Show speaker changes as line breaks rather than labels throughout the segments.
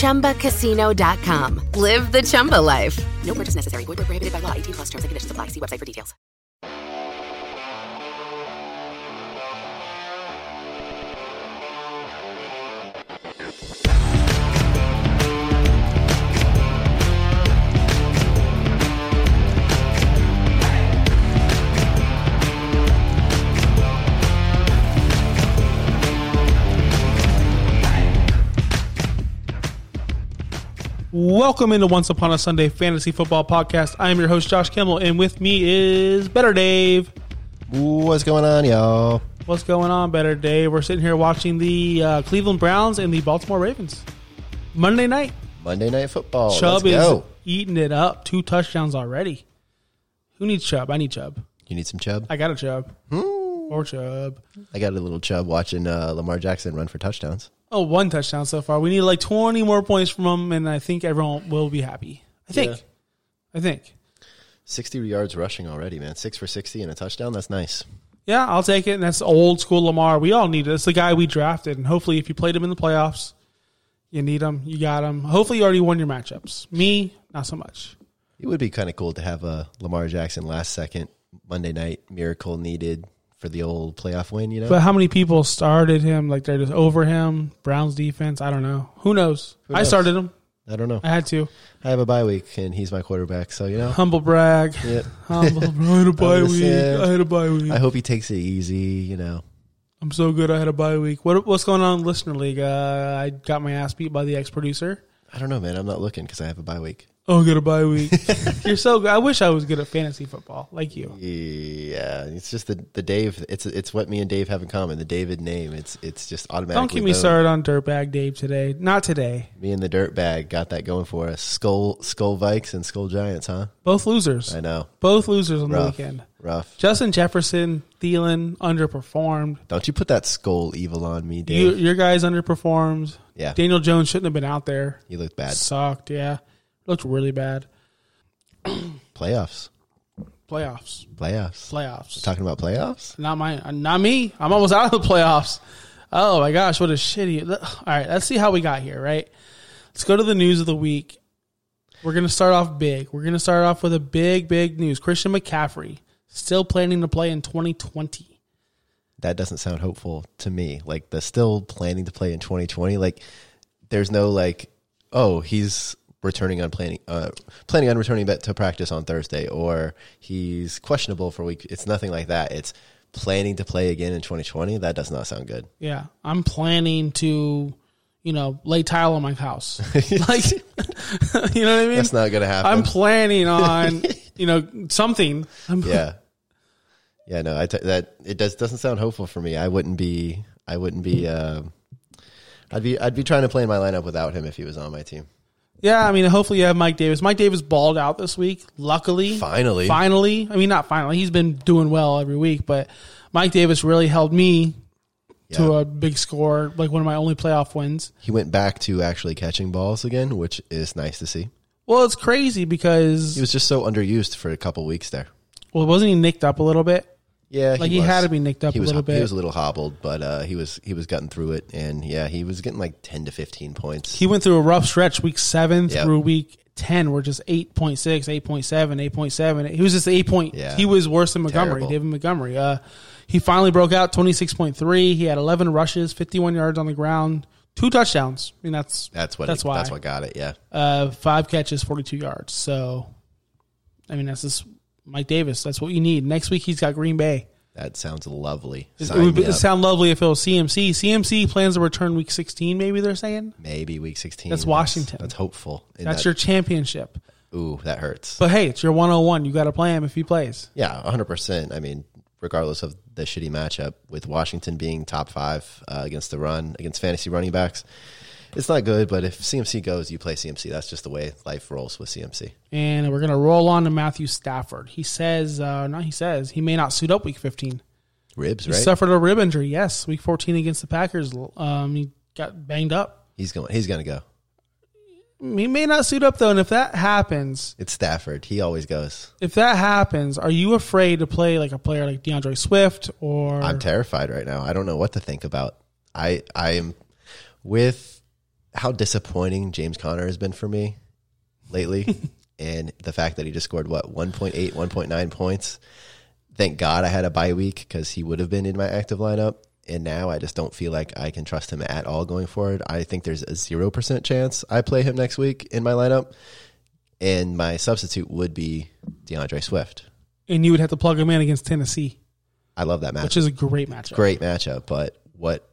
ChumbaCasino.com. Live the Chumba life. No purchase necessary. Void where prohibited by law. 18 plus terms and conditions apply. See website for details.
Welcome into Once Upon a Sunday Fantasy Football Podcast. I am your host, Josh Kimmel, and with me is Better Dave.
What's going on, y'all?
What's going on, Better Dave? We're sitting here watching the uh, Cleveland Browns and the Baltimore Ravens. Monday night,
Monday Night Football.
Chubb
Oh, Let's
is
go.
eating it up. Two touchdowns already. Who needs Chubb? I need Chubb.
You need some Chubb?
I got a Chubb.
Hmm.
Or Chubb.
I got a little Chubb watching uh, Lamar Jackson run for touchdowns.
Oh, one touchdown so far. We need like 20 more points from him, and I think everyone will be happy. I think. I think.
60 yards rushing already, man. Six for 60 and a touchdown. That's nice.
Yeah, I'll take it. And that's old school Lamar. We all need it. It's the guy we drafted. And hopefully, if you played him in the playoffs, you need him. You got him. Hopefully, you already won your matchups. Me, not so much.
It would be kind of cool to have a Lamar Jackson last second Monday night miracle needed for the old playoff win, you know?
But how many people started him? Like they're just over him. Browns defense. I don't know. Who knows? I
knows?
started him.
I don't know.
I had to.
I have a bye week and he's my quarterback, so, you know?
Humble brag.
Yeah.
Humble. brag. I had a bye
was
week.
there.
I had a bye week.
I hope he takes it easy, you know?
I'm so good. I had a bye week. What, what's going on, in listener league? Uh, I got my ass beat by the ex producer.
I don't know, man. I'm not looking because I have a bye week.
Oh, good a bye week. You're so good. I wish I was good at fantasy football like you.
Yeah, it's just the the Dave. It's it's what me and Dave have in common. The David name. It's it's just automatically.
Don't get me
boom.
started on Dirtbag Dave today. Not today.
Me and the dirt bag got that going for us. Skull Skull Vikes and Skull Giants, huh?
Both losers.
I know.
Both losers on the
Rough.
weekend.
Rough.
Justin Jefferson, Thielen underperformed.
Don't you put that skull evil on me,
You,
Dave?
your guys underperformed.
yeah,
Daniel Jones shouldn't have been out there.
you looked bad.
Sucked. Yeah, looked really bad.
Playoffs.
Playoffs.
Playoffs.
Playoffs.
Talking about playoffs.
Not my. Not me. I'm almost out of the playoffs. Oh my gosh, what a shitty. All right, let's see how we got here. Right. Let's go to the news of the week. We're gonna start off big. We're gonna start off with a big, big news. Christian McCaffrey still planning to play in 2020.
That doesn't sound hopeful to me. Like the still planning to play in 2020. Like there's no like, oh, he's returning on planning uh, planning on returning back to practice on Thursday, or he's questionable for week. It's nothing like that. It's planning to play again in 2020. That does not sound good.
Yeah, I'm planning to, you know, lay tile on my house. like, you know what I mean?
That's not gonna happen.
I'm planning on, you know, something. I'm,
yeah yeah no i t- that it does doesn't sound hopeful for me i wouldn't be i wouldn't be uh, i'd be i'd be trying to play in my lineup without him if he was on my team
Yeah, I mean, hopefully you have Mike Davis. Mike Davis balled out this week. Luckily,
Finally.
finally. I mean, not finally. He's been doing well every week, but Mike Davis really held me to
Yeah.
a big score, like one of my only playoff wins.
he went back to actually catching balls again which is nice to see
Well, it's crazy
he
because
was just so underused for a couple weeks there
well, wasn't he nicked up a little bit?
yeah
Like, he
was.
had to be nicked up
he
a
was,
little
he
bit.
was a little hobbled but uh he was he was getting through it and yeah he was getting like 10 to 15 points
He went through a rough stretch, week seven
Yep.
through week ten, were just 8.6, 8.7, 8.7. He was just eight point.
Yeah.
He was worse than Montgomery,
Terrible.
David Montgomery. Uh, he finally broke out twenty six point three. He had eleven rushes, fifty one yards on the ground, two touchdowns. I mean that's
that's what
that's
he,
why
that's what got it yeah
uh, five catches, forty two yards. So, I mean that's just Mike Davis. That's what you need. Next week he's got Green Bay.
that sounds lovely
It
Sign
would be,
me up.
sound lovely if it was CMC. CMC plans to return week sixteen. Maybe they're saying
maybe week 16
That's Washington.
that's, hopeful And
that's
that-
your championship.
Ooh, that hurts.
But hey, it's your 101. You got to play him if he plays.
yeah, 100%. I mean, regardless of the shitty matchup with Washington being top five uh, against the run, against fantasy running backs, it's not good, but if CMC goes, you play CMC. That's just the way life rolls with CMC.
And we're going to roll on to Matthew Stafford. He says, uh, no, he says he may not suit up week 15.
Ribs,
He
right?
suffered a rib injury. Yes, week 14 against the Packers. Um, he got banged up.
he's going. He's going to go.
He may not suit up, though. And if that happens,
It's Stafford. He always goes.
if that happens, are you afraid to play like a player like DeAndre Swift or
I'm terrified right now. I don't know what to think about. I I am with how disappointing James Conner has been for me lately and the fact that he just scored what 1.8 1.9 points. Thank God I had a bye week cuz he would have been in my active lineup and now I just don't feel like I can trust him at all going forward. I think there's a 0% chance I play him next week in my lineup and my substitute would be DeAndre Swift.
and you would have to plug him in against Tennessee,
I love that matchup.
which is a great matchup.
great matchup, but what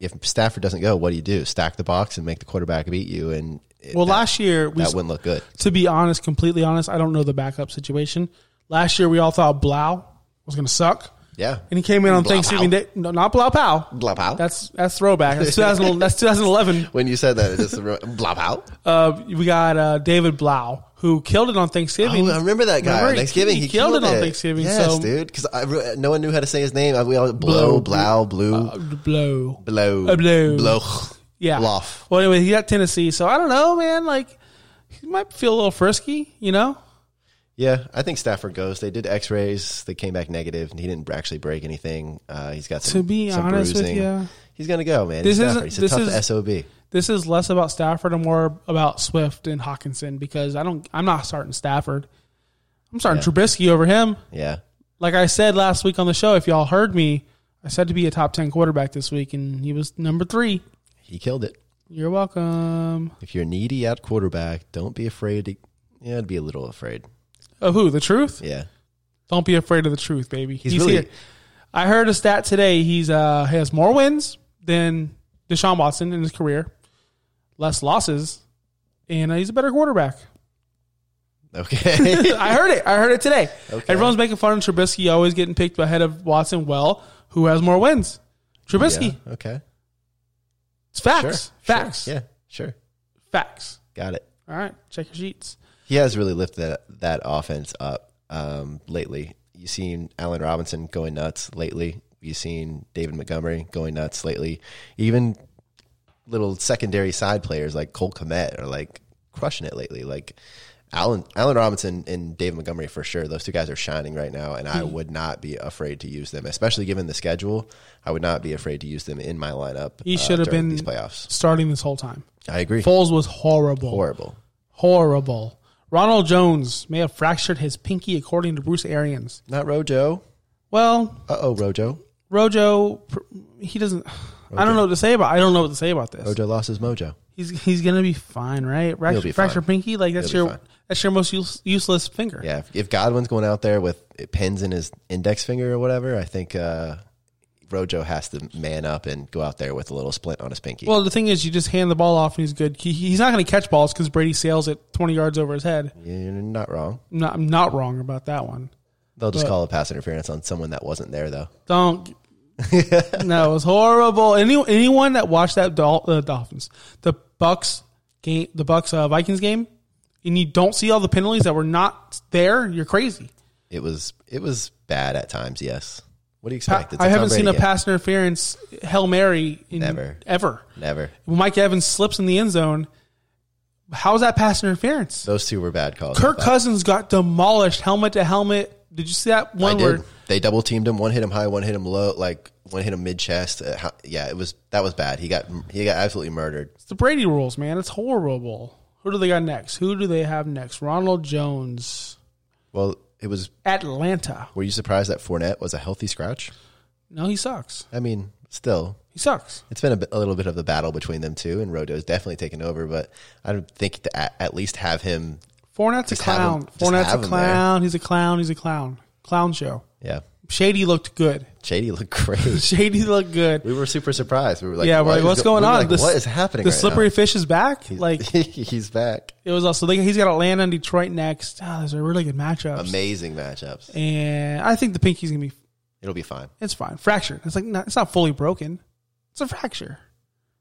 if Stafford doesn't go? What do you do? Stack the box and make the quarterback beat you, and it-
Well,
that,
last year we
that wouldn't look good.
to be honest, completely honest, I don't know the backup situation. Last year, we all thought Blau was going to suck,
Yeah,
and he came in on
Blau
Thanksgiving
Pow.
Day. No, not Blau Pow.
Blah, pow.
That's that's throwback. That's 2000, That's 2011.
when you said that, it just re- blah blah.
Uh, we got uh, David Blau who killed it on Thanksgiving.
Oh, I remember that guy.
Um, Remember,
on
he-
Thanksgiving,
he
he,
killed it on
it.
Thanksgiving,
Yes,
so-
dude, because no one knew how to say his name. I- We all blow, blow, blue,
Blow.
blow,
uh, blow.
blow.
Yeah.
Bluff.
Well, anyway, he got Tennessee, so I don't know, man. Like he might feel a little frisky, you know.
Yeah, I think Stafford goes. They did X-rays. They came back negative, and he didn't actually break anything. Uh, he's got some,
To be
some
honest with
bruising.
you-
he's gonna go, man.
This
He's
isn't-
Stafford. He's a
this
tough
is-
sob.
This is less about Stafford and more about Swift and Hawkinson because I don't. I'm not starting Stafford. I'm starting Trubisky over him.
Yeah,
Like I said last week on the show, if y'all heard me, I said to be a top ten quarterback this week, and he was number three.
he killed it.
You're welcome.
If you're needy at quarterback, don't be afraid to. Yeah, I'd be a little afraid.
Of Oh, who? The truth?
Yeah,
Don't be afraid of the truth, baby.
he's, really.
I heard a stat today. He's uh he has more wins than Deshaun Watson in his career, less losses, and uh, he's a better quarterback.
Okay,
I heard it. I heard it today.
Okay.
Everyone's making fun of Trubisky always getting picked ahead of Watson. Well, who has more wins? Trubisky.
Yeah, okay,
It's
sure,
facts.
sure.
Facts.
Yeah, sure,
Facts.
got it.
All right. Check your sheets.
He has really lifted that, that offense up um, lately. You've seen Allen Robinson going nuts lately. You've seen David Montgomery going nuts lately. Even little secondary side players like Cole Komet are like crushing it lately. Like Allen, Allen Robinson and Dave Montgomery for sure. Those two guys are shining right now, and
Hmm.
I would not be afraid to use them, especially given the schedule. I would not be afraid to use them in my lineup.
He
uh,
should have
during
been
these playoffs.
starting this whole time.
I agree.
Foles was horrible.
Horrible.
Horrible. Ronald Jones may have fractured his pinky, according to Bruce Arians.
Not Rojo.
Well,
Uh oh, Rojo.
Rojo, pr- he doesn't. I don't know what to say about. I don't know what to say about this.
Rojo lost his mojo.
He's he's gonna be fine, right? Fracture,
be
fracture
fine.
pinky, like that's
He'll be
your
fine.
that's your most use, useless finger.
Yeah, if, if Godwin's going out there with pins in his index finger or whatever, I think uh, Rojo has to man up and go out there with a little splint on his pinky.
Well, the thing is, you just hand the ball off and he's good. He, he's not gonna catch balls because Brady sails it twenty yards over his head.
You're not wrong.
I'm not, I'm not wrong about that one.
They'll just
But-
call a pass interference on someone that wasn't there, though.
Don't. no, it was horrible. Any anyone that watched that Dol- uh, Dolphins, the Bucks game, the Bucks uh, Vikings game, and you don't see all the penalties that were not there, you're crazy.
It was it was bad at times. Yes. What do you expect? It's
I
Tom
haven't
Brady
seen a
game.
pass interference hail mary in
Never.
ever.
Never.
When Mike Evans slips in the end zone, how's that pass interference?
Those two were bad calls.
Kirk
I thought.
Cousins got demolished helmet to helmet. Did you see that
I
one where
did. They double teamed him. One hit him high. One hit him low. Like one hit him mid chest. Uh, how- yeah, it was that was bad. He got he got absolutely murdered.
It's the Brady rules, man. It's horrible. Who do they got next? Who do they have next? Ronald Jones,
Well, it was.
Atlanta.
Were you surprised that Fournette was a healthy scratch?
No, he sucks.
I mean, still,
He sucks.
it's been a, bit, a little bit of the battle between them two, and Rojo's definitely taken over. But I don't think to at, at least have him.
Fournette's a
Just have
clown.
him- just
Fournette's a
have him there.
clown. He's a clown. He's a clown. Clown show.
Yeah,
Shady looked good.
Shady looked great.
Shady looked good.
We were super surprised. We were like,
yeah, we're
what
like,
is
what's
go-
going
we were
on?
like,
This-
what is happening?
The
right
slippery
now?
fish is back. like
he's back.
it was also like he's got Atlanta and Detroit next. Ah, those are really good matchups.
Amazing matchups.
And I think the pinky's gonna be
It'll be fine.
it's fine. Fractured. It's like not, it's not fully broken. It's a fracture.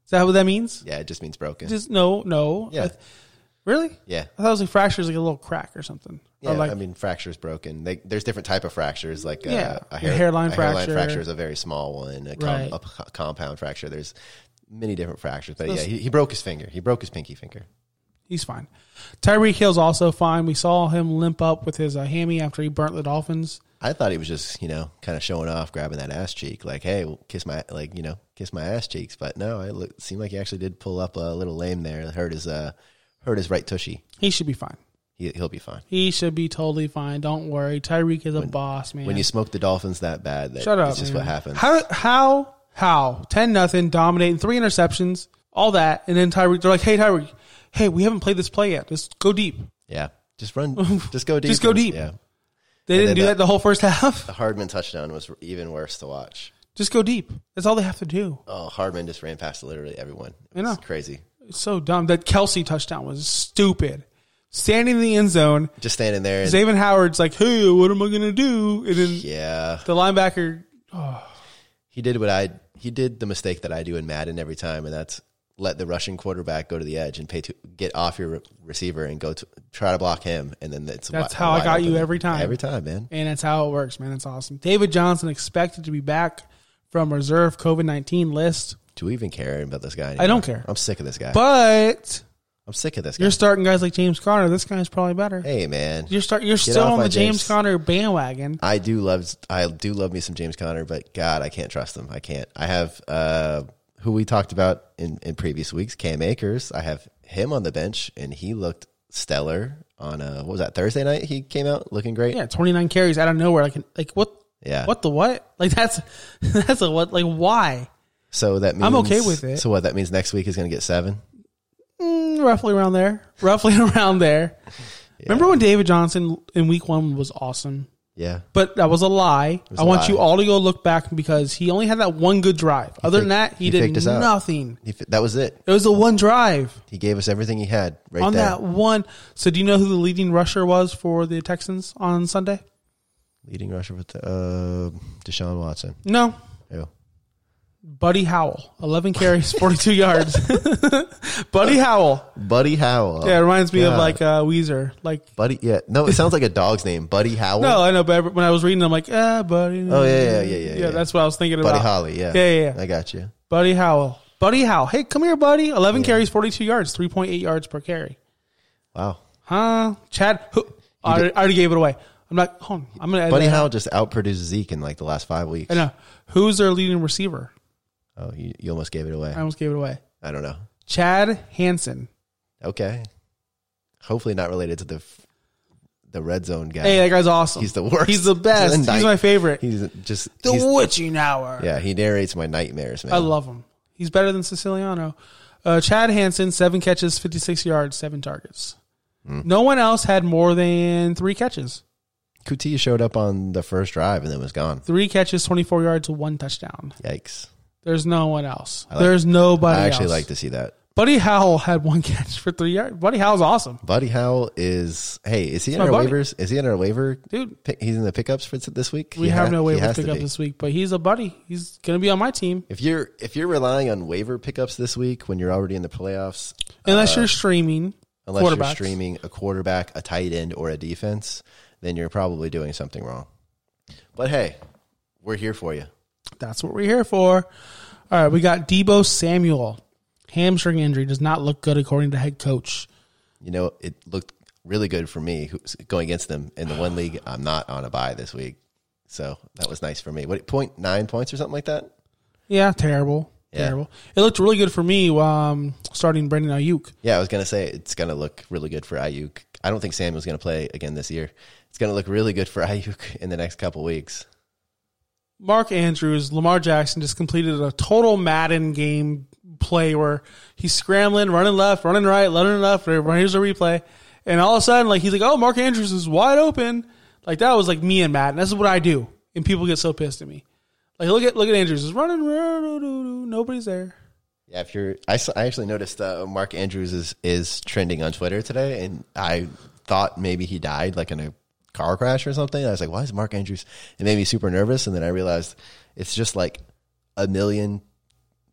Is that what that means?
Yeah, it just means broken.
Just no, no.
yeah,
I th- really?
yeah.
I thought it was like fractures, like a little crack or something.
Yeah,
or like,
I mean, fractures broken. They, there's different type of fractures, like uh,
Yeah,
a,
a
hair,
hairline
a hairline
fracture.
fracture is a very small one. A, com-
Right.
a p- compound fracture. There's many different fractures, but yeah,
Those-
he, he broke his finger. He broke his pinky finger.
he's fine. Tyreek Hill's also fine. We saw him limp up with his uh, hammy after he burnt the Dolphins.
I thought he was just, you know, kind of showing off, grabbing that ass cheek, like, "Hey, well, kiss my, like, you know, kiss my ass cheeks." But no, it looked, seemed like he actually did pull up a little lame there. It Hurt his, uh, hurt his right tushy.
He should be fine.
He, he'll be fine.
He should be totally fine. Don't worry. Tyreek is a boss, man.
When you smoke the Dolphins that bad, that,
Shut up.
It's just
man.
what happens.
How how how ten nothing dominating three interceptions, all that, and then Tyreek. They're like, hey Tyreek, hey, we haven't played this play yet. Just go deep.
yeah, just run, just go deep,
Just go
and-
deep.
Yeah,
They didn't
they
do
don't.
that the whole first half.
the Hardman touchdown was even worse to watch.
Just go deep. That's all they have to do.
Oh, Hardman just ran past literally everyone. It
I
was
know.
crazy.
It's so dumb. That Kelsey touchdown was stupid. Standing in the end zone,
Just standing there. And,
Zayvon Howard's like, "Hey, what am I gonna do?" And then
yeah,
the linebacker,
he did what I he did the mistake that I do in Madden every time, and that's let the rushing quarterback go to the edge and pay to get off your re- receiver and go to try to block him, and then it's
That's
wi-
how I
wide
got you
open.
every time.
Every time, man.
and that's how it works, man. That's awesome. David Johnson expected to be back from reserve COVID nineteen list,
Do we even care about this guy? Anymore?
don't care.
I'm sick of this guy.
but
I'm sick of this guy.
You're starting guys like James Conner. This guy's probably better.
hey, man.
you're start. You're still
off
on
my
the James,
James.
Conner bandwagon.
I do love I do love me some James Conner, but God, I can't trust him. I can't. I have uh, who we talked about in, in previous weeks, Cam Akers. I have him on the bench, and he looked stellar on uh, what was that Thursday night? He came out looking great.
Yeah, 29 carries out of nowhere. Like, like what?
Yeah.
What the what? Like that's that's a what? Like why?
So that means
I'm okay with it.
So what that means next week is going to get seven.
Mm, roughly around there. Roughly around there. Remember when David Johnson in Week One was awesome?
Yeah,
But that was a lie.
was
I
a
want
lie.
you all to go look back because he only had that one good drive. Other than
faked-
that, he,
he
did
faked us out.
nothing.
He, that was it.
It was the one drive
He gave us everything he had right
on
there.
that one. So, do you know who the leading rusher was for the Texans on Sunday?
Leading rusher with uh, Deshaun Watson.
No,
Ew.
Buddy Howell, 11 carries, 42 yards. Buddy Howell.
Buddy Howell.
Yeah, it reminds me
God.
of like uh, Weezer. Like,
Buddy. Yeah, no, it sounds like a dog's name. Buddy Howell.
no, I know, but every- when I was reading, I'm like, ah, Buddy.
Oh, yeah, yeah, yeah, yeah, yeah.
that's what I was thinking
Buddy
about.
Holly, yeah.
Yeah, yeah, yeah.
I got you.
Buddy Howell. Buddy Howell. Hey, come here, buddy. 11 carries, 42 yards, 3.8 yards per carry.
Wow.
Huh? Chad, who, I, already, I already gave it away. I'm not, hold on. I'm going to edit
Buddy
that out.
Howell just outproduced Zeke in like the last five weeks.
I know. Who's their leading receiver?
Oh, you, you almost gave it away.
I almost gave it away.
I don't know.
Chad Hansen.
Okay. Hopefully not related to the f- the red zone guy.
Hey, that guy's awesome.
he's the worst.
He's the best.
Night-
He's my favorite.
He's just
the
he's-
witching hour.
yeah. He narrates my nightmares, man.
I love him. He's better than Siciliano. Uh, Chad Hansen, seven catches, 56 yards, seven targets.
Hmm.
No one else had more than three catches.
Kuti showed up on the first drive and then was gone.
Three catches, 24 yards, one touchdown.
Yikes!
There's no one else.
like-
There's nobody
I actually
else.
like to see that.
Buddy Howell had one catch for three yards. Buddy Howell's awesome.
Buddy Howell is hey, is he in
my
our
buddy.
waivers? Is he in our waiver?
Dude.
pick, he's in the pickups for this week.
We
He
have
ha-
no
he
way to
has to
pick up
be.
this week, but he's a buddy. He's going to be on my team.
If you're if you're relying on waiver pickups this week when you're already in the playoffs,
Unless
Uh,
you're streaming.
unless you're
quarterbacks.
streaming a quarterback, a tight end, or a defense, then you're probably doing something wrong. But hey, we're here for you.
That's what we're here for. All right, we got Debo Samuel. Hamstring injury does not look good according to head coach.
You know, it looked really good for me who's going against them in the one league. I'm not on a buy this week, so that was nice for me. What point nine points or something like that?
Yeah, terrible.
Yeah.
Terrible. It looked really good for me um, starting Brendan Ayuk.
Yeah, I was gonna say it's gonna look really good for Ayuk. I don't think Samuel's gonna play again this year. It's gonna look really good for Ayuk in the next couple weeks.
Mark Andrews, Lamar Jackson just completed a total Madden game play where he's scrambling, running left, running right, running left. Here's a replay, and all of a sudden, like he's like, "Oh, Mark Andrews is wide open." Like that was like me and Madden. That's what I do, and people get so pissed at me. Like look at look at Andrews is running, run, do, do, do, nobody's there.
Yeah, if you're, I, s- I actually noticed uh, Mark Andrews is is trending on Twitter today, and I thought maybe he died like in a car crash or something. I was like, why is Mark Andrews? It made me super nervous, and then I realized it's just like a million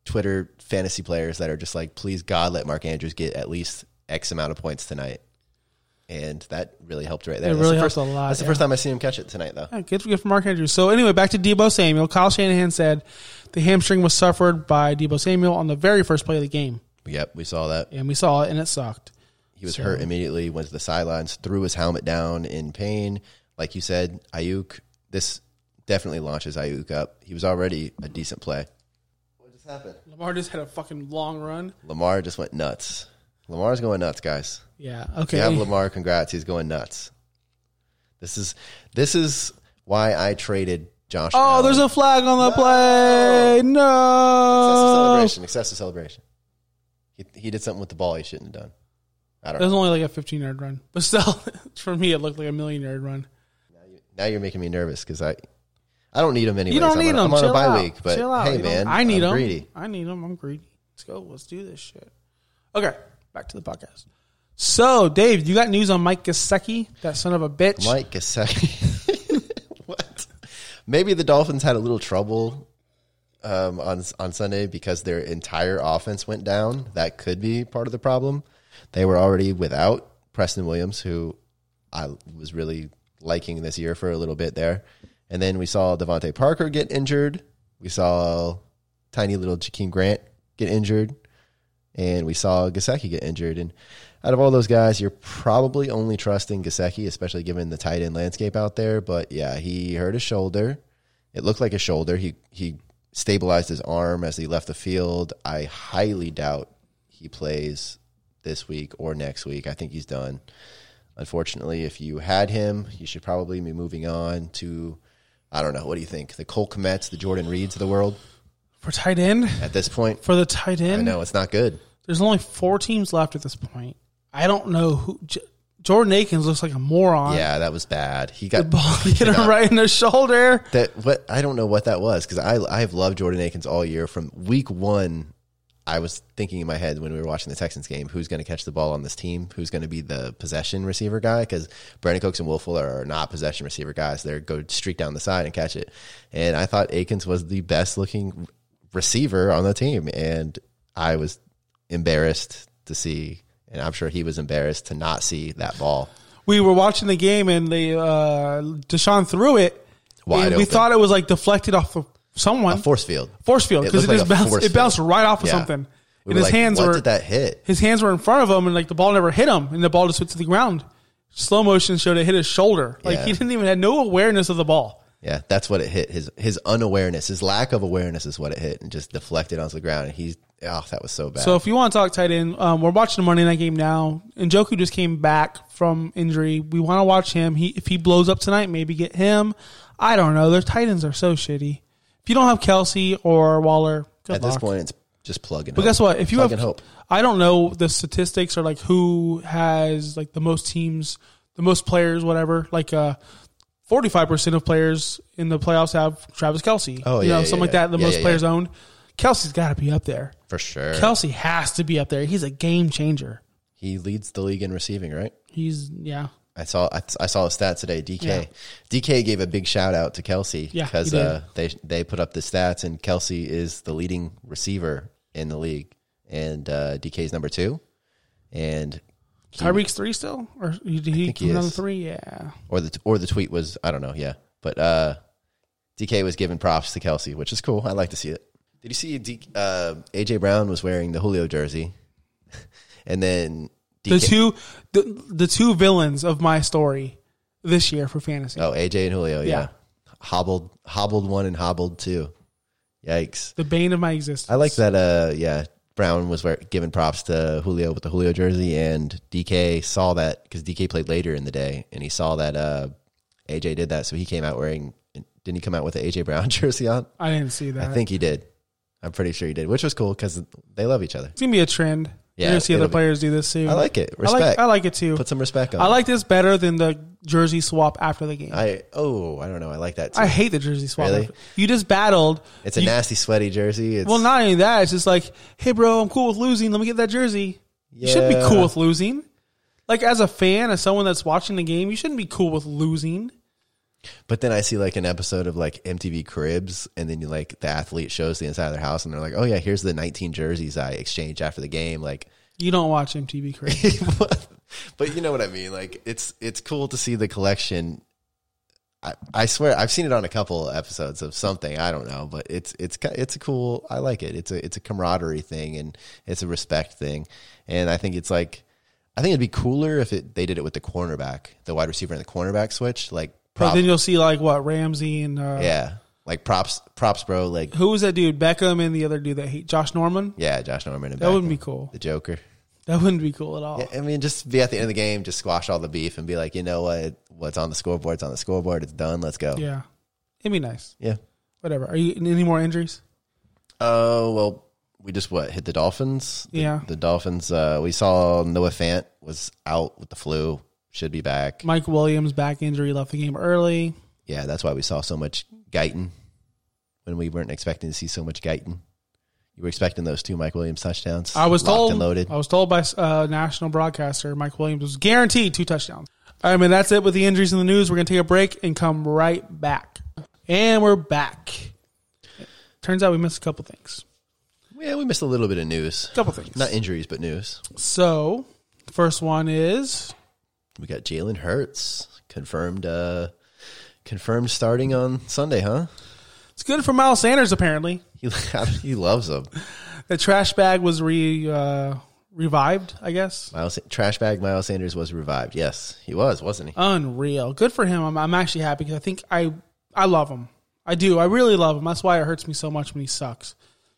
Twitter fantasy players that are just like, please God, let Mark Andrews get at least X amount of points tonight. And that really helped right there.
It
That's
really
the
helped
first-
a lot,
That's the
yeah.
first time I seen him catch it tonight, though.
Yeah, good for, good for Mark Andrews. So anyway, back to Debo Samuel. Kyle Shanahan said the hamstring was suffered by Debo Samuel on the very first play of the game,
Yep, we saw that.
and we saw it, and it sucked.
He was hurt immediately, went to the sidelines, threw his helmet down in pain. Like you said, Ayuk, this definitely launches Ayuk up. He was already a decent play. What just happened?
Lamar just had a fucking long run.
Lamar just went nuts. Lamar's going nuts, guys.
Yeah.
If
Okay.
you have Lamar, congrats. He's going nuts. This is this is why I traded Josh.
oh,
Allen.
there's a flag on the play.
excessive
No.
celebration. Excessive celebration. He, he did something with the ball he shouldn't have done. I
It
don't
was
know.
only like a 15 yard run, but still, for me, it looked like a million yard run.
Now you're making me nervous because I I don't need him anyway.
you don't need
I'm
them.
on, I'm on a
Chill
bye
out.
week, but
Chill out.
hey
You don't-
man,
I need
i
them.
Greedy.
I need them. I'm greedy. Let's go. Let's do this shit. Okay, back to the podcast. So, Dave, you got news on Mike Gesicki, that son of a bitch.
Mike Gesicki. what? Maybe the Dolphins had a little trouble um, on on Sunday because their entire offense went down. That could be part of the problem. They were already without Preston Williams, who I was really liking this year for a little bit there. And then we saw Devontae Parker get injured. We saw tiny little Jakeem Grant get injured. And we saw Gasecki get injured. And out of all those guys, you're probably only trusting Gasecki, especially given the tight end landscape out there. But yeah, he hurt his shoulder. It looked like a shoulder. He he stabilized his arm as he left the field. I highly doubt he plays this week or next week. I think he's done. Unfortunately, if you had him, you should probably be moving on to I don't know. What do you think? The Cole Kmets, the Jordan Reeds of the world
For tight end,
at this point.
for the tight
I
end,
know it's not good.
there's only four teams left at this point. I don't know who. J- Jordan Akins looks like a moron.
Yeah, that was bad. He
The
got
ball hit him right in the shoulder.
that what I don't know what that was because I I have loved Jordan Akins all year from week one. I was thinking in my head when we were watching the Texans game, who's going to catch the ball on this team? Who's going to be the possession receiver guy? Because Brandon Cooks and Will Fuller are not possession receiver guys. They're go streak down the side and catch it. And I thought Akins was the best looking receiver on the team, and I was embarrassed to see, and I'm sure he was embarrassed to not see that ball.
we were watching the game and they uh Deshaun threw it.
Wide
and we
open.
thought it was like deflected off of someone.
A force field.
force field because it,
looked like
just
a
bounced.
force
It bounced
field.
right off of
Yeah.
something,
We
and
were
his
like,
hands
what
were
did that hit?
his hands were in front of him, and like the ball never hit him, and the ball just went to the ground. Slow motion showed it hit his shoulder. Like
Yeah.
he didn't even had no awareness of the ball.
Yeah, that's what it hit. His his unawareness, his lack of awareness is what it hit and just deflected onto the ground. And he's oh, that was so bad.
So if you want to talk tight end, um, we're watching the Monday night game now. And Joku just came back from injury. We want to watch him. He if he blows up tonight, maybe get him. I don't know. Their tight ends are so shitty. If you don't have Kelsey or Waller, good
At
luck.
this point, it's just plugging.
But guess what? If you
plug
have,
and hope,
I don't know the statistics or like who has like the most teams, the most players, whatever. Like, uh, forty-five percent of players in the playoffs have Travis Kelsey.
Oh,
you
yeah,
know,
yeah,
something like
yeah.
that. The
Yeah,
most
yeah,
players
yeah.
owned. Kelsey's got to be up there.
for sure,
Kelsey has to be up there. He's a game changer.
he leads the league in receiving. Right?
He's yeah.
I saw I, I saw a stat today. DK
Yeah.
DK gave a big shout out to Kelsey
Yeah,
because
he did.
uh, they they put up the stats and Kelsey is the leading receiver in the league and uh, DK is number two and
Tyreek's three still, or he, he,
think he
come down to
is.
three. Yeah,
or the or the tweet was I don't know, yeah. But uh, DK was giving props to Kelsey, which is cool. I like to see it. Did you see D, uh, AJ Brown was wearing the Julio jersey, and then
the
DK,
two the, the two villains of my story this year for fantasy.
oh AJ and Julio, yeah.
Yeah.
hobbled hobbled one and hobbled two. Yikes!
The bane of my existence.
I like that. Uh, yeah, Brown was wear, giving props to Julio with the Julio jersey, and DK saw that because DK played later in the day, and he saw that uh, AJ did that, so he came out wearing. Didn't he come out with the AJ Brown jersey on?
I didn't see that.
I think he did. I'm pretty sure he did, which was cool because they love each other.
It's gonna be a trend.
Yeah,
You're gonna see other
it'll be-
players do this too.
I like it.
Mm-hmm. I like,
Respect.
I like it too.
Put some respect on.
I
it.
like this better than the jersey swap after the game. I,
I oh, I don't know. I like that too.
hate the jersey swap.
Really?
after- You just battled.
it's a
you,
nasty, sweaty jersey. It's,
Well, not only that, it's just like, hey, bro, I'm cool with losing. Let me get that jersey. You should be
Yeah.
cool with losing. Like as a fan, as someone that's watching the game, you shouldn't be cool with losing.
But then I see like an episode of like MTV Cribs, and then you like the athlete shows the inside of their house, and they're like, "Oh yeah, here's the 19 jerseys I exchanged after the game." Like,
You don't watch MTV Cribs.
but you know what I mean. Like, it's it's cool to see the collection. I, I swear I've seen it on a couple episodes of something I don't know, but it's it's ki- it's a cool. I like it. It's a it's a camaraderie thing and it's a respect thing, and I think it's like I think it'd be cooler if it they did it with the cornerback, the wide receiver and the cornerback switch, like.
but
prop-
Oh, then you'll see like what Ramsey and uh,
Yeah. Like props, props, bro. Like,
who was that dude? Beckham and the other dude that he Josh Norman.
yeah, Josh Norman. And
That wouldn't be
Beckham,
cool.
The Joker.
That wouldn't be cool at all.
I mean, just be at the end of the game, just squash all the beef and be like, you know what? What's on the scoreboard's on the scoreboard. It's done. Let's go.
yeah. it'd be nice.
Yeah.
Whatever. Are you any more injuries?
Oh, well, we just what hit the Dolphins? The-
Yeah.
The Dolphins, uh, we saw Noah Fant was out with the flu, should be back.
Mike Williams back injury left the game early.
yeah, that's why we saw so much Guyton when we weren't expecting to see so much Guyton. You were expecting those two Mike Williams touchdowns.
I was
locked
told
and loaded.
I was told by uh, national broadcaster Mike Williams was guaranteed two touchdowns. All right, man, that's it with the injuries in the news. We're gonna take a break and come right back. And we're back. Turns out we missed a couple things.
Yeah, we missed a little bit of news.
Couple things.
Not injuries, but news.
So, first one is
We got Jalen Hurts confirmed. Uh, confirmed starting on Sunday, huh?
it's good for Miles Sanders. Apparently,
He he loves him.
the trash bag was re uh, revived. I guess
Miles trash bag Miles Sanders was revived. Yes, he was, wasn't he?
unreal. Good for him. I'm, I'm actually happy because I think I I love him. I do. I really love him. That's why it hurts me so much when he sucks.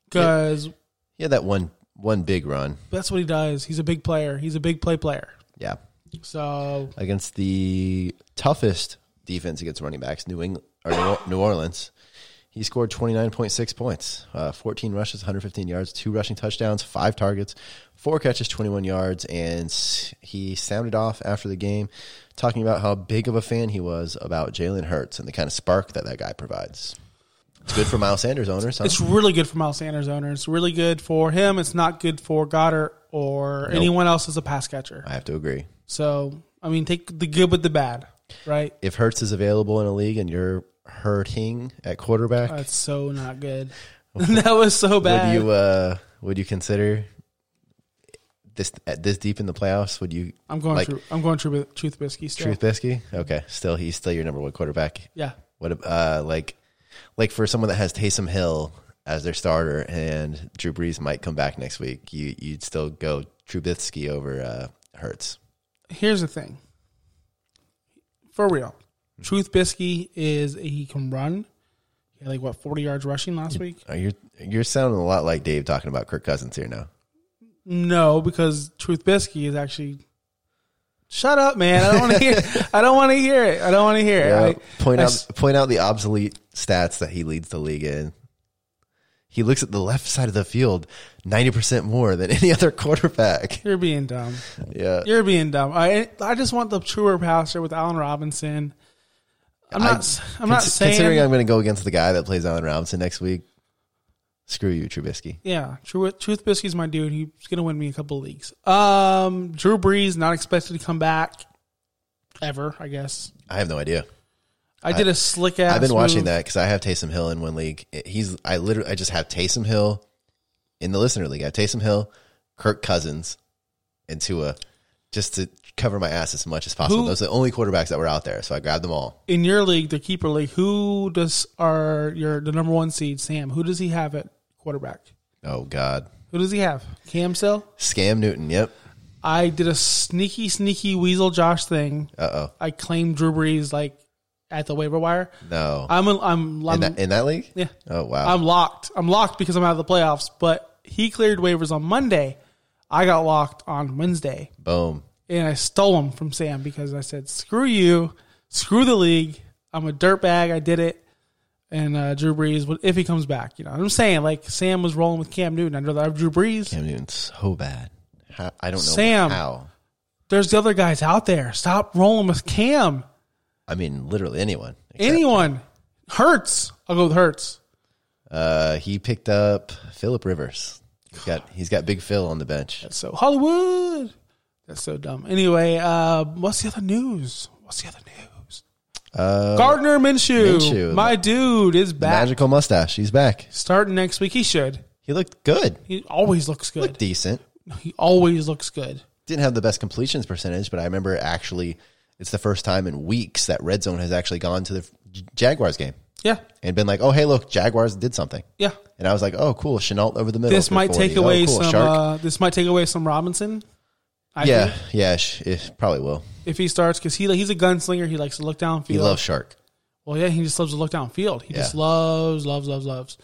Because
He had that one one big run.
that's what he does. He's a big player. He's a big play player.
Yeah,
So
against the toughest defense against running backs, New England or New- New Orleans. He scored 29.6 points, uh, 14 rushes, 115 yards, two rushing touchdowns, five targets, four catches, 21 yards, and s- he sounded off after the game talking about how big of a fan he was about Jalen Hurts and the kind of spark that that guy provides. It's good for Miles Sanders owners. Huh?
it's really good for Miles Sanders owner. It's really good for him. It's not good for Goddard or anyone else as a pass catcher.
I have to agree.
So I mean, take the good with the bad, right?
If Hurts is available in a league and you're hurting at quarterback,
That's so not good. that was so
would
bad.
you uh would you consider this at this deep in the playoffs would you
I'm going.
like
through, I'm going through with Truth Biscuit. Still.
truth Bisky? okay still he's still your number one quarterback
Yeah.
what ab- uh like like for someone that has Taysom Hill as their starter and Drew Brees might come back next week you you'd still go Trubisky over uh Hurts
Here's the thing. For real,
Hmm.
Truth Biscuit is he can run. He had like what 40 yards rushing last week.
Are you Uh, you're sounding a lot like Dave talking about Kirk Cousins here now
No, because Truth Biscuit is actually. Shut up, man! I don't want to hear. I don't want to hear it. I don't want to hear it.
Yeah,
I-
point
I
out
s-
point out the obsolete stats that he leads the league in. He looks at the left side of the field ninety percent more than any other quarterback.
You're being dumb.
Yeah,
You're being dumb. I I just want the truer passer with Allen Robinson. I'm
I-
not. I, am not
Cons-
saying.
Considering I'm going to go against the guy that plays Allen Robinson next week, screw you, Trubisky.
Yeah, True, Truth Biscuit's my dude. He's gonna win me a couple of leagues. Um, Drew Brees not expected to come back ever. I guess
I have no idea.
I, did a slick ass.
I've been watching
move.
that because I have Taysom Hill in one league. It- He's I literally I just have Taysom Hill in the listener league. I have Taysom Hill, Kirk Cousins, and Tua just to cover my ass as much as possible.
Who-
Those are the only quarterbacks that were out there, so I grabbed them all.
in your league, the keeper league. Who does are your the number one seed Sam? Who does he have at quarterback?
Oh God,
Who does he have? Cam Cell.
Scam Newton. Yep.
I did a sneaky, sneaky weasel Josh thing.
Uh oh.
I claimed Drew Brees like at the waiver wire.
No.
I'm a, I'm,
in
I'm
that in that league.
yeah.
Oh wow.
I'm locked. I'm locked because I'm out of the playoffs. But he cleared waivers on Monday. I got locked on Wednesday,
Boom.
and I stole him from Sam because I said, "Screw you, screw the league. I'm a dirtbag. I did it." And uh, Drew Brees, would- if he comes back, you know, what I'm saying like Sam was rolling with Cam Newton. I'd rather have Drew Brees.
Cam Newton's so bad. How, I don't know
Sam.
how.
There's the other guys out there. Stop rolling with Cam.
I mean, literally anyone.
Anyone hurts. I'll go with Hurts.
Uh, he picked up Philip Rivers. He's got he's got Big Phil on the bench.
So Hollywood. That's so dumb. Anyway, uh, what's the other news? What's the other news? Gardner Minshew,
Minshew.
my dude, is
The
back.
magical mustache. He's back.
Starting next week, he should.
He looked good.
He always looks good.
Looked decent.
He always looks good.
Didn't have the best completions percentage, but I remember actually it's the first time in weeks that red zone has actually gone to the Jaguars game
Yeah,
and been like, oh hey look, Jaguars did something.
yeah.
And I was like, oh cool, Chenault over the middle.
This
for
might
40.
take
Oh,
away
cool,
some.
Shark.
Uh, this might take away some Robinson. I
yeah,
think,
yeah, sh- it probably will.
if he starts because he he's a gunslinger. He likes to look downfield.
He loves Shark.
Well, yeah, he just loves to look downfield. He just
Yeah.
loves, loves, loves, loves.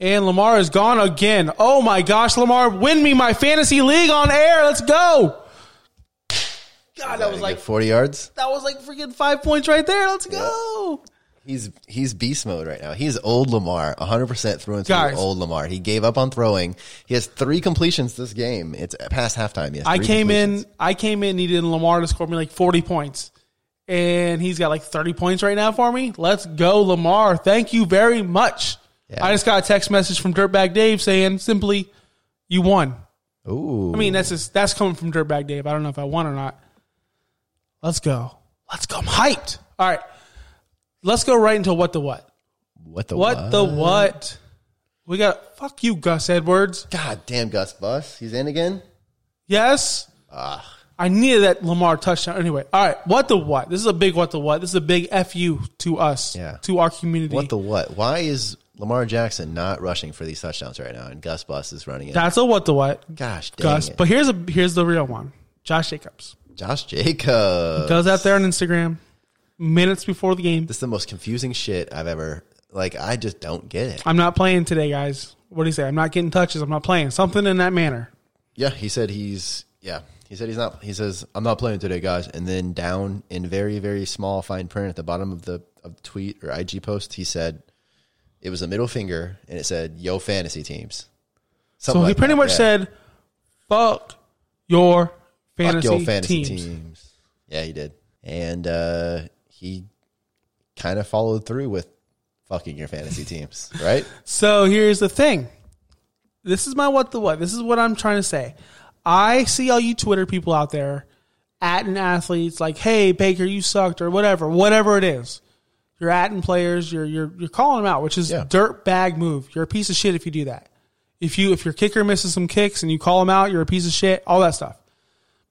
And Lamar is gone again. Oh my gosh, Lamar, win me my fantasy league on air. Let's go. God, that was
Did he
like
get forty yards.
that was like freaking five points right there. Let's go.
He's he's beast mode right now. He's old Lamar, 100% through and through
Guys.
old Lamar. He gave up on throwing. He has three completions this game. It's past halftime. Yes,
I came in, I came in needed Lamar to score me like forty points, and he's got like thirty points right now for me. Let's go, Lamar. Thank you very much.
Yeah.
I just got a text message from Dirtbag Dave saying simply, "You won."
Ooh.
I mean, that's just, that's coming from Dirtbag Dave. I don't know if I won or not. Let's go. Let's go. I'm hyped. All right. Let's go right into what the what.
what the
What the what? We got fuck you, Gus Edwards.
God damn Gus Bus. He's in again.
Yes.
Ah.
I needed that Lamar touchdown. Anyway, all right. What the what? This is a big what the what. This is a big fu to us,
Yeah.
to our community.
What the what? Why is Lamar Jackson not rushing for these touchdowns right now and Gus Bus is running it?
That's a what the what,
Gosh dang
Gus.
it.
But here's a here's the real one. Josh Jacobs
Josh Jacobs.
goes out there on Instagram minutes before the game.
This is the most confusing shit I've ever like I just don't get it.
I'm not playing today, guys. What do you say? I'm not getting touches. I'm not playing. Something in that manner.
Yeah, he said he's yeah. He said he's not. He says I'm not playing today, guys. And then down in very very small fine print at the bottom of the of the tweet or IG post, he said it was a middle finger and it said "Yo fantasy teams."
So
Something
he
like
pretty
that,
much
yeah.
said, "Fuck your
Fuck
fantasy,
yo fantasy
teams.
teams. Yeah, he did, and uh, he kind of followed through with fucking your fantasy teams, right?
So here's the thing. This is my what the what. This is what I'm trying to say. I see all you Twitter people out there at an athletes like, "Hey Baker, you sucked" or whatever, whatever it is. You're at and players. You're you're you're calling them out, which is
Yeah.
dirt bag move. You're a piece of shit if you do that. If you if your kicker misses some kicks and you call him out, you're a piece of shit. All that stuff.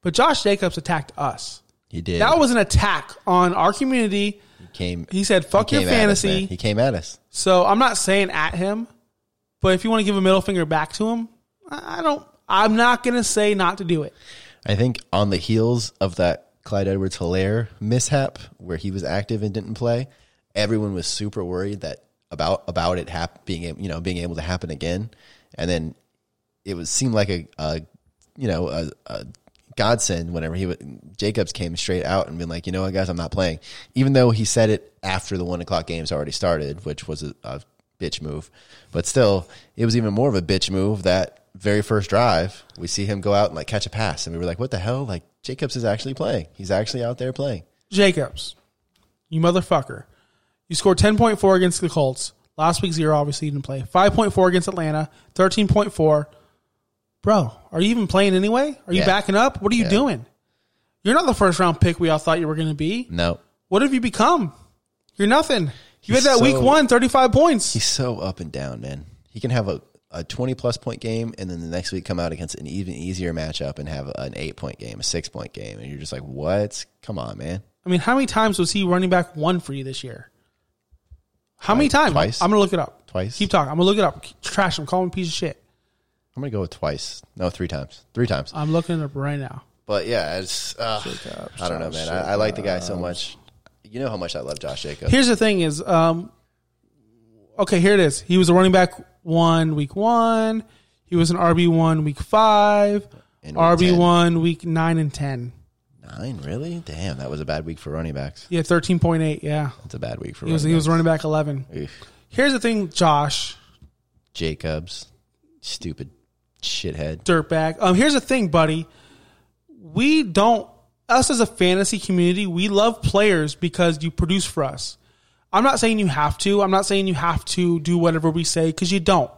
But Josh Jacobs attacked us.
He did.
That was an attack on our community.
he came.
He said, "Fuck your
came at us,
fantasy."
man. he came at us.
So I'm not saying at him, but if you want to give a middle finger back to him, I I don't. I'm not gonna say not to do it.
I think on the heels of that Clyde Edwards Hilaire mishap where he was active and didn't play, everyone was super worried that about about it hap- being ab- you know being able to happen again, and then it was seemed like a, a you know a, a godsend whenever he wa- Jacobs came straight out and been like you know what guys I'm not playing even though he said it after the one o'clock games already started which was a, a bitch move but still it was even more of a bitch move that very first drive we see him go out and like catch a pass and we were like what the hell like Jacobs is actually playing he's actually out there playing
Jacobs, you motherfucker. You scored 10.4 against the Colts. Last week, zero, obviously, you didn't play. 5.4 against Atlanta, 13.4. Bro, are you even playing anyway? Are you
Yeah.
backing up? What are you
Yeah.
doing? You're not the first round pick we all thought you were going to be.
no
What have you become? You're nothing. You
He's
had that week
so-
one, 35 points.
he's so up and down man he can have a a 20 plus point game and then the next week come out against an even easier matchup and have an 8 point game a 6 point game and you're just like what come on man
I mean, how many times was he running back one for you this year? How many times?
Twice.
I'm gonna look it up.
Twice.
Keep talking. I'm gonna look it up. Keep- Trash him. Call him a piece of shit.
I'm gonna go with twice. No, three times. Three times.
I'm looking it up right now.
But yeah, it's uh, I don't know, man. I, I like the guy so much. You know how much I love Josh Jacobs.
Here's the thing: is um, okay. Here it is. He was a running back one week one. He was an RB one week five.
And week
RB one week nine and ten.
Nine, really? Damn, that was a bad week for running backs.
Yeah, thirteen point eight. Yeah,
That's a bad week for
he was
running
he was
backs.
running back eleven.
Oof.
Here's the thing, Josh.
Jacobs, stupid shithead.
dirtbag. Um, here's the thing, buddy. We don't us as a fantasy community. We love players because you produce for us. I'm not saying you have to. I'm not saying you have to do whatever we say because you don't.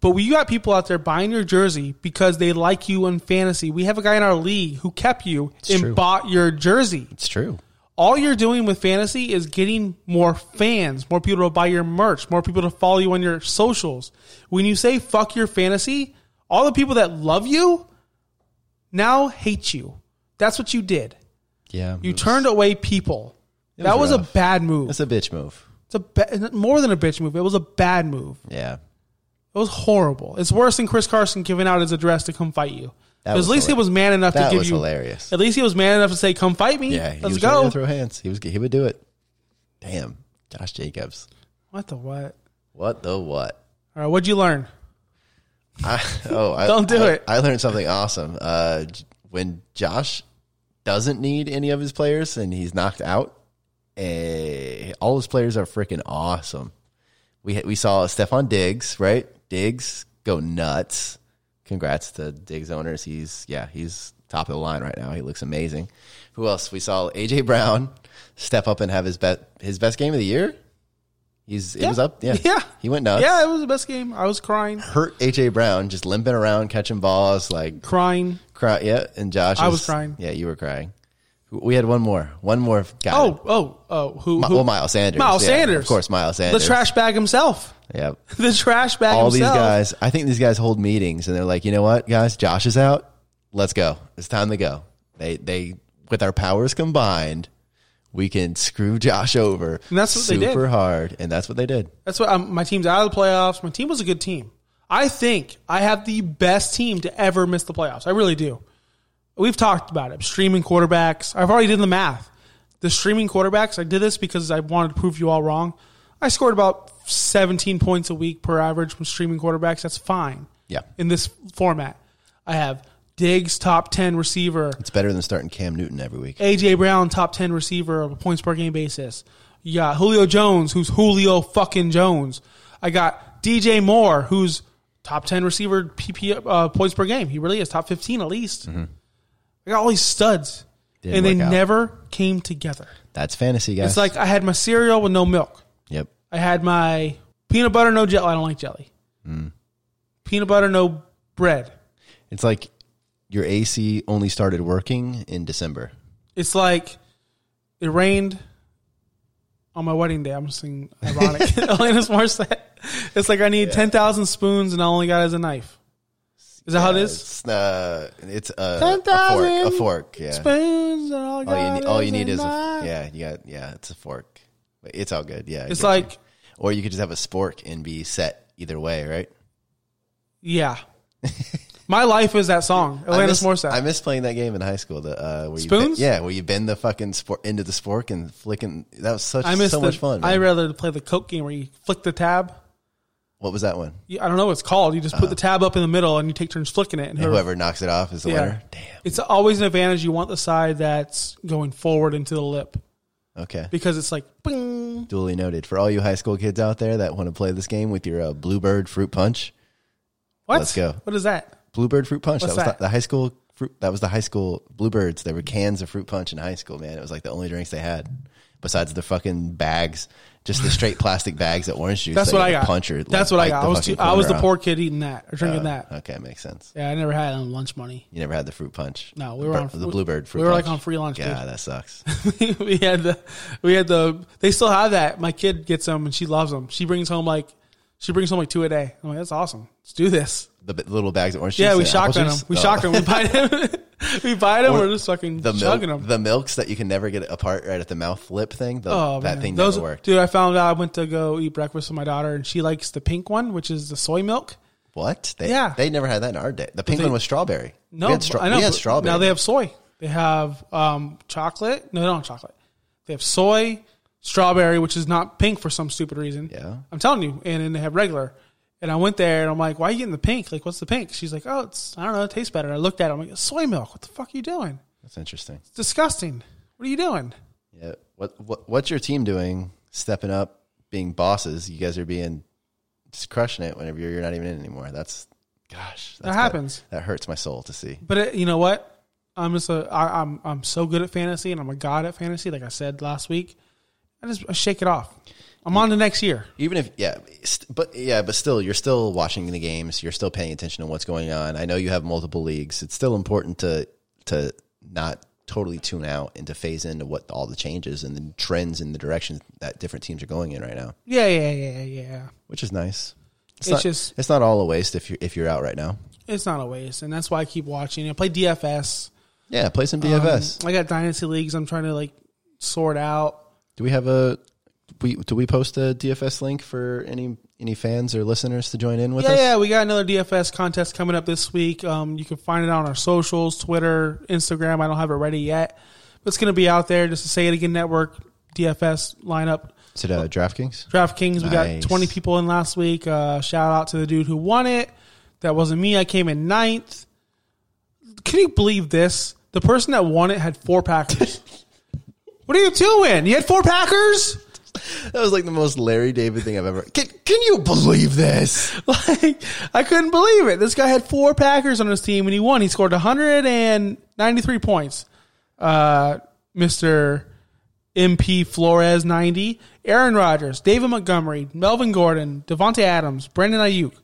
But we got people out there buying your jersey because they like you in fantasy. We have a guy in our league who kept you and
true.
bought your jersey.
It's true.
all you're doing with fantasy is getting more fans, more people to buy your merch, more people to follow you on your socials. When you say fuck your fantasy, all the people that love you now hate you. That's what you did.
Yeah,
You turned away people.
It
that was a
rough.
bad move.
That's a bitch move.
It's a ba- more than a bitch move. It was a bad move.
Yeah,
It was horrible. It's worse than Chris Carson giving out his address to come fight you.
That
Because
was
at least he was
hilarious.
man enough
That
to give
was
you.
hilarious.
At least he was man enough to say, "Come fight me.
yeah. He
Let's
was ready to
go."
Throw hands. He was. He would do it. Damn, Josh Jacobs.
What the what?
What the what?
All right, what'd you learn?
I, oh, I,
Don't do
I-
it.
I learned something awesome. Uh, j- when Josh doesn't need any of his players and he's knocked out, eh, all his players are freaking awesome. We ha- we saw Stefan Diggs, right? Diggs go nuts. Congrats to Diggs owners. He's yeah, he's top of the line right now. He looks amazing. Who else? We saw AJ Brown step up and have his best his best game of the year. He's it was up. Yeah,
Yeah.
He went nuts
yeah, it was the best game. I was crying,
hurt AJ Brown just limping around catching balls like
crying.
cry yeah and Josh
I was crying.
yeah you were crying we had one more one more guy
Oh, oh, oh. Who?
Mi-
who-
well Miles Sanders
Miles
Yeah,
Sanders.
of course Miles
The
Sanders
trash bag himself.
yeah
The trash bag.
all these
himself.
guys I think these guys hold meetings and they're like you know what guys Josh is out let's go it's time to go they they with our powers combined we can screw Josh over
And that's what they
super
did.
hard and that's what they did
That's what um, my team's out of the playoffs. My team was a good team. I think I have the best team to ever miss the playoffs. I really do. We've talked about it. Streaming quarterbacks. I've already done the math. The streaming quarterbacks. I did this because I wanted to prove you all wrong. I scored about 17 points a week per average from streaming quarterbacks. That's fine.
Yeah.
In this format, I have Diggs top 10 receiver.
it's better than starting Cam Newton every week
AJ Brown, top ten receiver on a points per game basis. You got Julio Jones, who's Julio fucking Jones. I got DJ Moore, who's top ten receiver PP uh, points per game. He really is top fifteen at least. I got all these studs,
Mm-hmm. Didn't
and they
work out.
never came together.
that's fantasy guys
It's like I had my cereal with no milk.
yep
I had my peanut butter, no jelly. I don't like jelly.
Mm.
Peanut butter, no bread.
It's like your AC only started working in December.
It's like it rained on my wedding day. I'm singing ironic. Alanis Morissette. It's like I need ten thousand spoons and all I only got is a knife. Is that how it is?
It's uh, it's a, a
10,000
fork. A fork. Yeah.
Spoons and all I
All
got
you,
is
need, all you need is a
knife.
yeah. You got yeah. It's a fork. But It's all good. Yeah. I
It's
get you.
like
or you could just have a spork and be set either way, right?
yeah. my life is that song.
I
Alanis
miss,
Morissette.
I miss playing that game in high school. The uh, where You
Spoons?
bend, yeah, where you bend the fucking spork into the spork and flicking. That was such
I miss
so
the,
much fun.
I
man.
rather play the Coke game where you flick the tab.
what was that one?
You- I don't know what it's called. You just put the tab up in the middle and you take turns flicking it. And whoever
Uh-huh. Whoever knocks it off is the winner. Damn.
It's always an advantage. You want the side that's going forward into the lip
Okay.
because it's like, bing.
Duly noted. For all you high school kids out there that want to play this game with your uh, Bluebird Fruit Punch,
What?
Let's go.
What is that?
Bluebird Fruit Punch.
What's
that was
that?
The, the high school fruit. That was the high school Bluebirds. There were cans of fruit punch in high school. Man, it was like the only drinks they had besides the fucking bags, just the straight plastic bags of orange juice.
That's
that
what I
you
got.
Punch or,
That's
like,
what I got.
bite the
I was
fucking
too, I was the
corner
poor
off.
kid eating that or drinking that.
Okay, makes sense.
Yeah, I never had any lunch money.
You never had the fruit punch.
No, we
The
were
bur-
on-
the Bluebird. Fruit
we were,
punch.
like, on free lunch, dude.
Yeah, that sucks.
we had the we had the they still have that. My kid gets them and she loves them. She brings home like she brings home like two a day. I'm like, that's awesome. Let's do this.
the b- little bags of orange juice.
Yeah, we
and apple
shotgun them.
juice.
We
Oh.
shotgun. We buy them. we buy them. We're just fucking
The milk,
chugging them.
the milks that you can never get apart right at the mouth lip thing. The,
Oh,
that
man.
thing
Those,
never worked.
Dude, I found out I went to go eat breakfast with my daughter and she likes the pink one, which is the soy milk.
What? They,
Yeah.
they never had that in our day. The pink
they-
one was strawberry.
No,
we had, stra-
I know.
we had
but
strawberry.
Now they have soy. They have um, chocolate. No, they don't have chocolate. They have soy, strawberry, which is not pink for some stupid reason.
Yeah.
I'm telling you. And then they have regular. And I went there and I'm like, why are you getting the pink? Like, what's the pink? She's like, oh, it's, I don't know, it tastes better. And I looked at it. I'm like, it's soy milk. What the fuck are you doing?
That's interesting.
It's disgusting. What are you doing?
Yeah. What, what what's your team doing? Stepping up, being bosses. You guys are being just crushing it whenever you're, you're not even in anymore. That's gosh. That's
That happens.
That, hurts my soul to see.
But it, you know what? I'm just a I, I'm I'm so good at fantasy and I'm a god at fantasy. Like I said last week, I just I shake it off. I'm on to next year.
Even if yeah, st- but yeah, but still you're still watching the games, you're still paying attention to what's going on. I know you have multiple leagues. It's still important to to not totally tune out and to phase into what all the changes and the trends and the directions that different teams are going in right now,
Yeah, yeah, yeah, yeah.
which is nice.
It's
not,
just-
it's not all a waste if you're if you're out right now.
It's not a waste, and that's why I keep watching. I play DFS.
Yeah, play some
Um,
DFS.
I got dynasty leagues. I'm trying to like sort out.
do we have a we do we post a DFS link for any any fans or listeners to join in with
yeah,
us?
yeah, we got another DFS contest coming up this week. Um, you can find it on our socials, Twitter, Instagram. I don't have it ready yet, but it's going to be out there. Just to say it again, network DFS lineup.
Is it uh, DraftKings?
DraftKings, we
Nice.
got 20 people in last week. Uh, shout out to the dude who won it. That wasn't me. I came in ninth. Can you believe this? The person that won it had four Packers. what are you doing? You had four Packers?
That was like the most Larry David thing I've ever. Can, can you believe this?
Like, I couldn't believe it. This guy had four Packers on his team and he won. He scored 193 points. Uh, Mr. MP Flores, 90. Aaron Rodgers, David Montgomery, Melvin Gordon, Devontae Adams, Brandon Ayuk,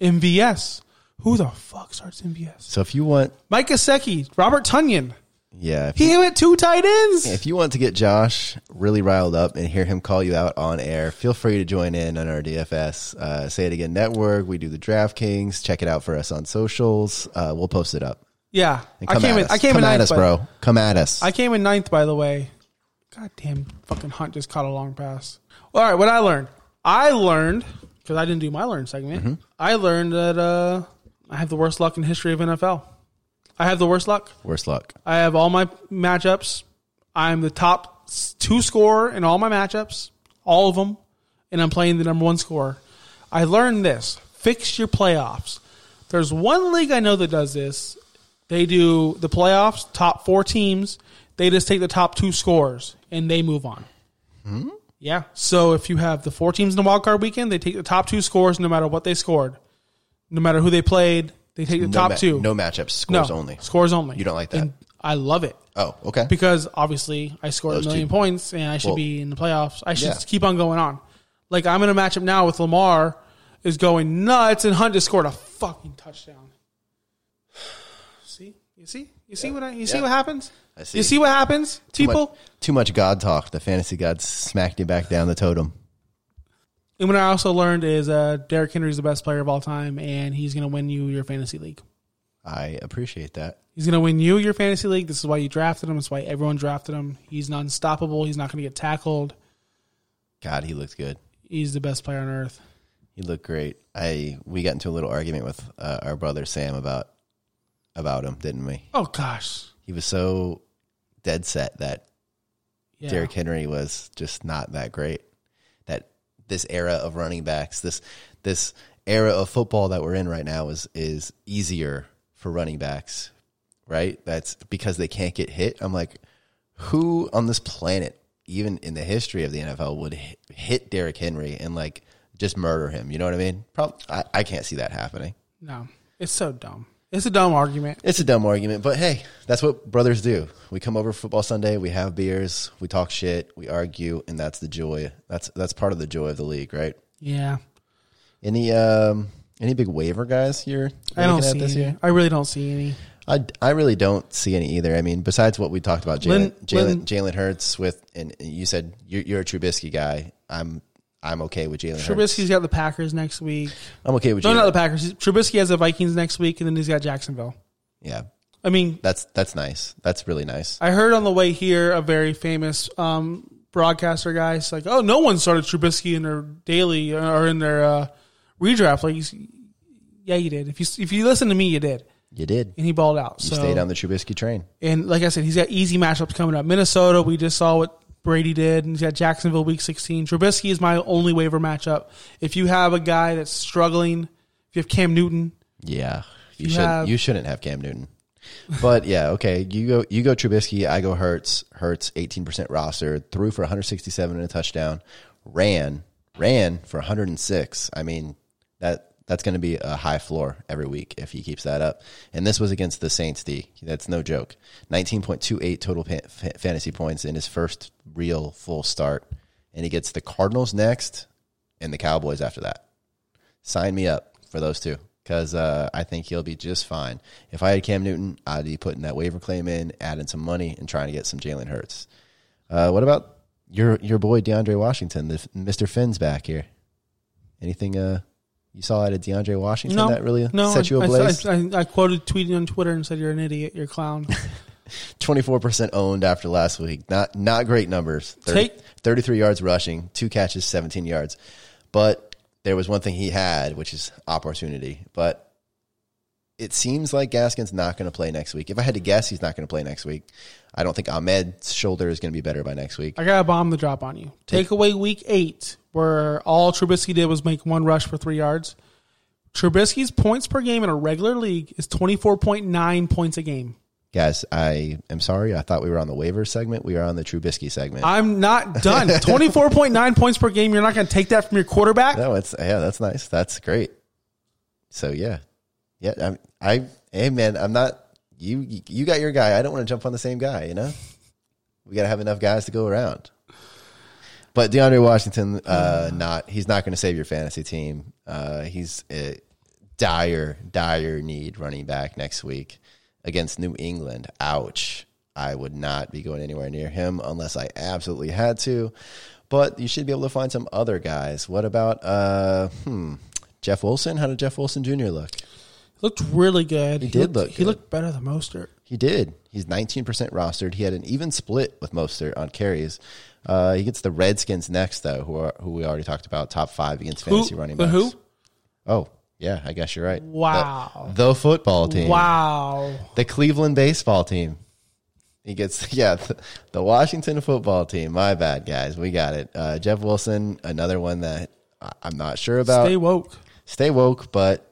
MVS. Who the fuck starts MVS?
So if you want,
Mike Gasecki, Robert Tunyon.
yeah, if,
He went two tight ends.
if you want to get Josh really riled up and hear him call you out on air, feel free to join in on our DFS. Uh, Say it again network. We do the DraftKings. Check it out for us on socials. Uh, we'll post it up.
Yeah.
And
I
come
came
at
in,
us.
I came
come
in
at
ninth,
us,
but-
bro. Come at us.
I came in ninth, by the way. God damn, fucking Hunt just caught a long pass. All right, what I learned. I learned, because I didn't do my learn segment, I learned that uh, I have the worst luck in the history of NFL. I have the worst luck.
Worst luck.
I have all my matchups. I'm the top s- two scorer in all my matchups, all of them, and I'm playing the number one scorer. I learned this: fix your playoffs. There's one league I know that does this. They do the playoffs, top four teams. They just take the top two scores and they move on.
Hmm?
Yeah. So if you have the four teams in the wild card weekend, they take the top two scores, no matter what they scored, no matter who they played. They take the
No
top
ma-
two.
No matchups. Scores only.
Scores only.
You don't like that?
And I love it
Oh, okay.
because obviously I scored
Those
a million
two-
points and I should
Well,
be in the playoffs. I should
yeah.
keep on going on. Like I'm in a matchup now with Lamar is going nuts and Hunt just scored a fucking touchdown. see, you see, you see what I, you see
Yeah.
what happens.
I see.
You see what happens, people.
Too much, too much God talk. The fantasy gods smacked you back down the totem.
And what I also learned is uh, Derrick Henry is the best player of all time, and he's going to win you your fantasy league.
I appreciate that.
He's going to win you your fantasy league. This is why you drafted him. It's why everyone drafted him. He's not unstoppable. He's not going to get tackled.
God, he looked good.
He's the best player on earth.
He looked great. I we got into a little argument with uh, our brother Sam about about him, didn't we?
Oh gosh,
He was so dead set that
yeah.
Derrick Henry was just not that great. That this era of running backs, this this era of football that we're in right now is is easier for running backs, right? That's because they can't get hit. I'm like, who on this planet, even in the history of the NFL, would hit, hit Derrick Henry and like just murder him? You know what I mean? Probably, I, I can't see that happening.
No, it's so dumb. It's a dumb argument.
It's a dumb argument, but hey, that's what brothers do. We come over for football Sunday, we have beers, we talk shit, we argue, and that's the joy. That's that's part of the joy of the league, right?
Yeah,
Any um any big waiver guys you're
I don't
looking at
see
this
any.
year?
I really don't see any.
I, I really don't see any either. I mean, besides what we talked about,
Lin-
Jalen Jalen
Lin-
Jalen Hurts with, and you said you're, you're a Trubisky guy. I'm I'm okay with Jalen. Hurts.
Trubisky's got the Packers next week.
I'm okay with
No,
Jalen.
not the Packers. He's- Trubisky has the Vikings next week, and then he's got Jacksonville.
yeah,
I mean,
that's that's nice. That's really nice.
I heard on the way here a very famous um, broadcaster guy. It's like, oh, no one started Trubisky in their daily or in their uh, redraft. Like, he's- yeah, you did. If you if you listen to me, you did.
You did. You
And he balled out. so
stayed on the Trubisky train.
And like I said, he's got easy matchups coming up. Minnesota, we just saw what Brady did, and he's got Jacksonville week 16. Trubisky is my only waiver matchup. If you have a guy that's struggling, if you have Cam Newton,
Yeah, you
you
should
have-
you shouldn't have Cam Newton. But yeah, okay. You go you go Trubisky. I go Hertz. Hertz eighteen percent roster threw for one hundred sixty seven and a touchdown. Ran ran for one hundred and six. I mean that that's going to be a high floor every week if he keeps that up. And this was against the Saints. D that's no joke. Nineteen point two eight total pa- fa- fantasy points in his first real full start, and he gets the Cardinals next and the Cowboys after that. Sign me up for those two. because uh, I think he'll be just fine. If I had Cam Newton, I'd be putting that waiver claim in, adding some money, and trying to get some Jalen Hurts. Uh, what about your your boy DeAndre Washington? The, Mr. Finn's back here. Anything uh, you saw out of DeAndre Washington that really
no,
set you
I-
ablaze?
I, I, I quoted tweeted on Twitter and said, "You're an idiot. You're a clown."
Twenty four percent owned after last week. Not not great numbers.
Take-
Thirty three yards rushing, two catches, seventeen yards. But there was one thing he had, which is opportunity. But it seems like Gaskin's not going to play next week. If I had to guess, he's not going to play next week. I don't think Ahmed's shoulder is going to be better by next week.
I gotta bomb the drop on you. Take away week eight, where all Trubisky did was make one rush for three yards. Trubisky's points per game in a regular league is twenty four point nine points a game.
Guys, I am sorry. I thought we were on the waiver segment. We are on the Trubisky segment.
I'm not done. twenty four point nine points per game. You're not gonna take that from your quarterback.
no, it's yeah, that's nice. That's great. So yeah, yeah. I'm, I hey man, I'm not you. You got your guy. I don't want to jump on the same guy. You know, we got to have enough guys to go around. But DeAndre Washington, uh, not he's not going to save your fantasy team. Uh, he's a dire, dire need running back next week against New England. Ouch! I would not be going anywhere near him unless I absolutely had to. But you should be able to find some other guys. What about uh, hmm, Jeff Wilson? How did Jeff Wilson Jr. look?
Looked really good. He,
did
looked-
look
He
good.
looked better than Mostert.
He did. He's 19% rostered. He had an even split with Mostert on carries. Uh, he gets the Redskins next, though, who are, who we already talked about, top five against fantasy
Who-
running
the
backs.
who?
Oh, yeah, I guess you're right. The-
Wow.
The, football team.
Wow.
The Cleveland baseball team. He gets, yeah, the, the Washington football team. My bad, guys. We got it. Uh, Jeff Wilson, another one that I- I'm not sure about
Stay woke.
stay woke, but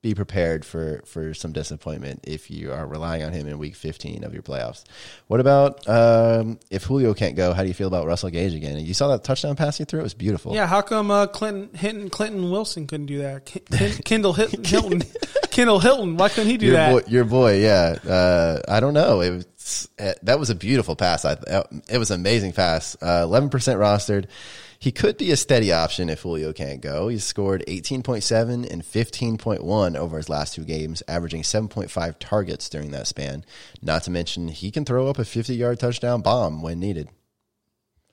be prepared for for some disappointment if you are relying on him in week 15 of your playoffs. What about um, if Julio can't go? How do you feel about Russell Gage again? And you saw that touchdown pass he threw; it was beautiful.
Yeah, how come uh, Clinton Hinton Clinton Wilson couldn't do that? Ki- Kin- Kendall Hilton, Hilton Kendall Hilton, why couldn't he do
Your
that?
boy, your boy, yeah. Uh, I don't know. It was eh, that was a beautiful pass. I it was an amazing pass. Uh, Eleven percent rostered. He could be a steady option if Julio can't go. He's scored eighteen point seven and fifteen point one over his last two games, averaging seven point five targets during that span. Not to mention he can throw up a fifty yard touchdown bomb when needed.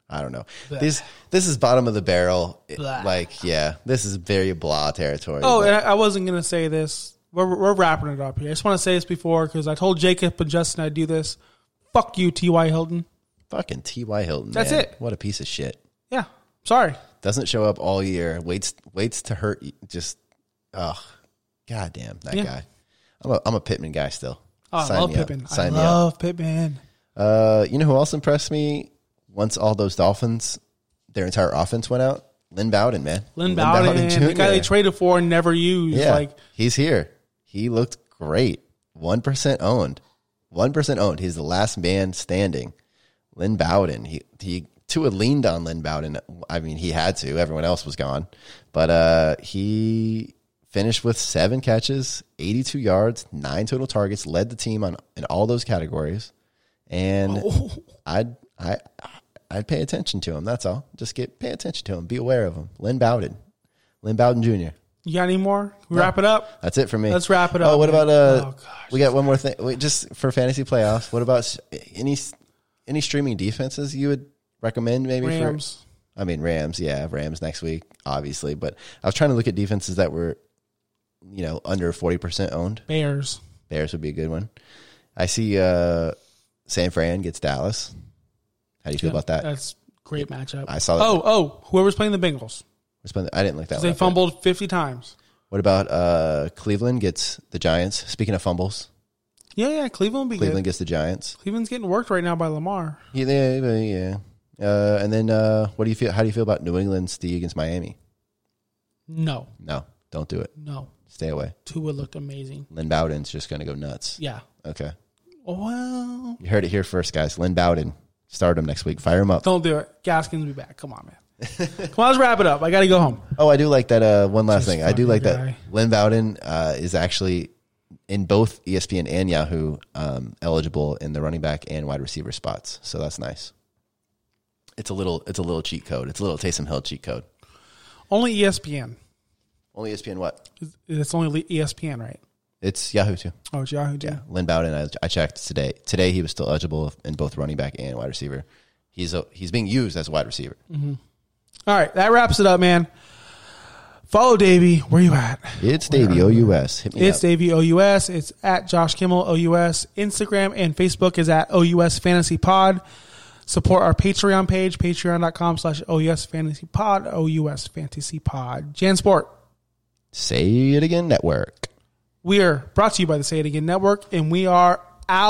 I don't know. This this is bottom of the barrel. It-
Blah.
Like yeah, this is very blah territory.
Oh,
but-
and I, I wasn't gonna say this. We're, we're wrapping it up here. I just want to say this before because I told Jacob and Justin I'd do this. Fuck you, T. Y. Hilton.
Fucking T.Y. Hilton.
That's
man.
it.
What a piece of shit.
Yeah, sorry.
Doesn't show up all year. Waits waits to hurt. you. Just, ugh. Goddamn, that
Yeah.
guy. I'm a, I'm a Pittman guy still.
Oh, I
Sign
love
me up.
Pittman. I
Sign me up.
love Pittman.
Uh, you know who else impressed me? Once all those Dolphins, their entire offense went out. Lynn Bowden, man.
Lynn Bowden, the guy they traded for and never used.
Yeah,
Like
he's here. He looked great. One percent owned. One percent owned. He's the last man standing. Lynn Bowden. He he Tua leaned on Lynn Bowden. I mean, he had to. Everyone else was gone, but uh, he finished with seven catches, eighty-two yards, nine total targets. Led the team on in all those categories, and
Oh.
I'd I. I'd pay attention to him. That's all. Just get pay attention to him. Be aware of him. Lynn Bowden, Lynn Bowden Jr.
you got any more? We wrap it up.
That's it for me.
Let's wrap it
Oh,
up,
what
man.
about uh?
Oh, gosh.
we got one more thing. Wait, just for fantasy playoffs. What about s- any s- any streaming defenses you would recommend? Maybe
Rams.
For, I mean Rams. Yeah, Rams next week, obviously. But I was trying to look at defenses that were, you know, under forty percent owned.
Bears.
Bears would be a good one. I see uh, San Fran gets Dallas. How do you feel about that?
That's great matchup.
I saw that.
Oh, oh, whoever's playing the Bengals.
It's been- I didn't like that. One
They
up, but-
fumbled 50 times.
What about uh, Cleveland gets the Giants? Speaking of fumbles,
Yeah, yeah, Cleveland will be
Cleveland
good.
gets the Giants.
Cleveland's getting worked right now by Lamar.
Yeah, yeah, yeah, yeah. Uh, and then, uh, what do you feel? How do you feel about New England's D against Miami?
No,
No, don't do it.
no.
Stay away.
Tua looked amazing.
Lynn Bowden's just going to go nuts.
Yeah.
Okay,
Oh, Well,
you heard it here first, guys. Lynn Bowden, start him next week. Fire him up.
don't do it. Gaskins will be back. Come on, man. Come on, let's wrap it up. I got to go home.
Oh, I do like that. Uh, one last
This
thing, I
fucking
do like
guy.
that. Lynn Bowden uh, is actually in both E ESPN and Yahoo um, eligible in the running back and wide receiver spots. So that's nice.
E
It's a little. It's a little cheat code. It's a little Taysom Hill cheat code.
Only ESPN.
Only E ESPN what?
It's only E ESPN, right?
It's Yahoo too.
Oh, it's Yahoo. Yeah.
Lynn Bowden, I, I checked today. Today he was still eligible in both running back and wide receiver. He's a, he's being used as a wide receiver.
All right, that wraps it up, man. Follow Davey. Where you at?
It's Davey O U S. Hit me
It's
up.
Davey OUS. It's at Josh Kimmel OUS. Instagram and Facebook is at OUS Fantasy Pod. Support our Patreon page, patreon.com slash OUS Fantasy Pod, OUS Fantasy Pod. Jansport,
Say it again. Network.
we are brought to you by the Say It Again Network, and we are out.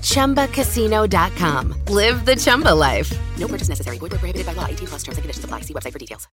ChumbaCasino.com. Live the Chumba life. No purchase necessary. Void where prohibited by law. 18 plus terms and conditions apply. See website for details.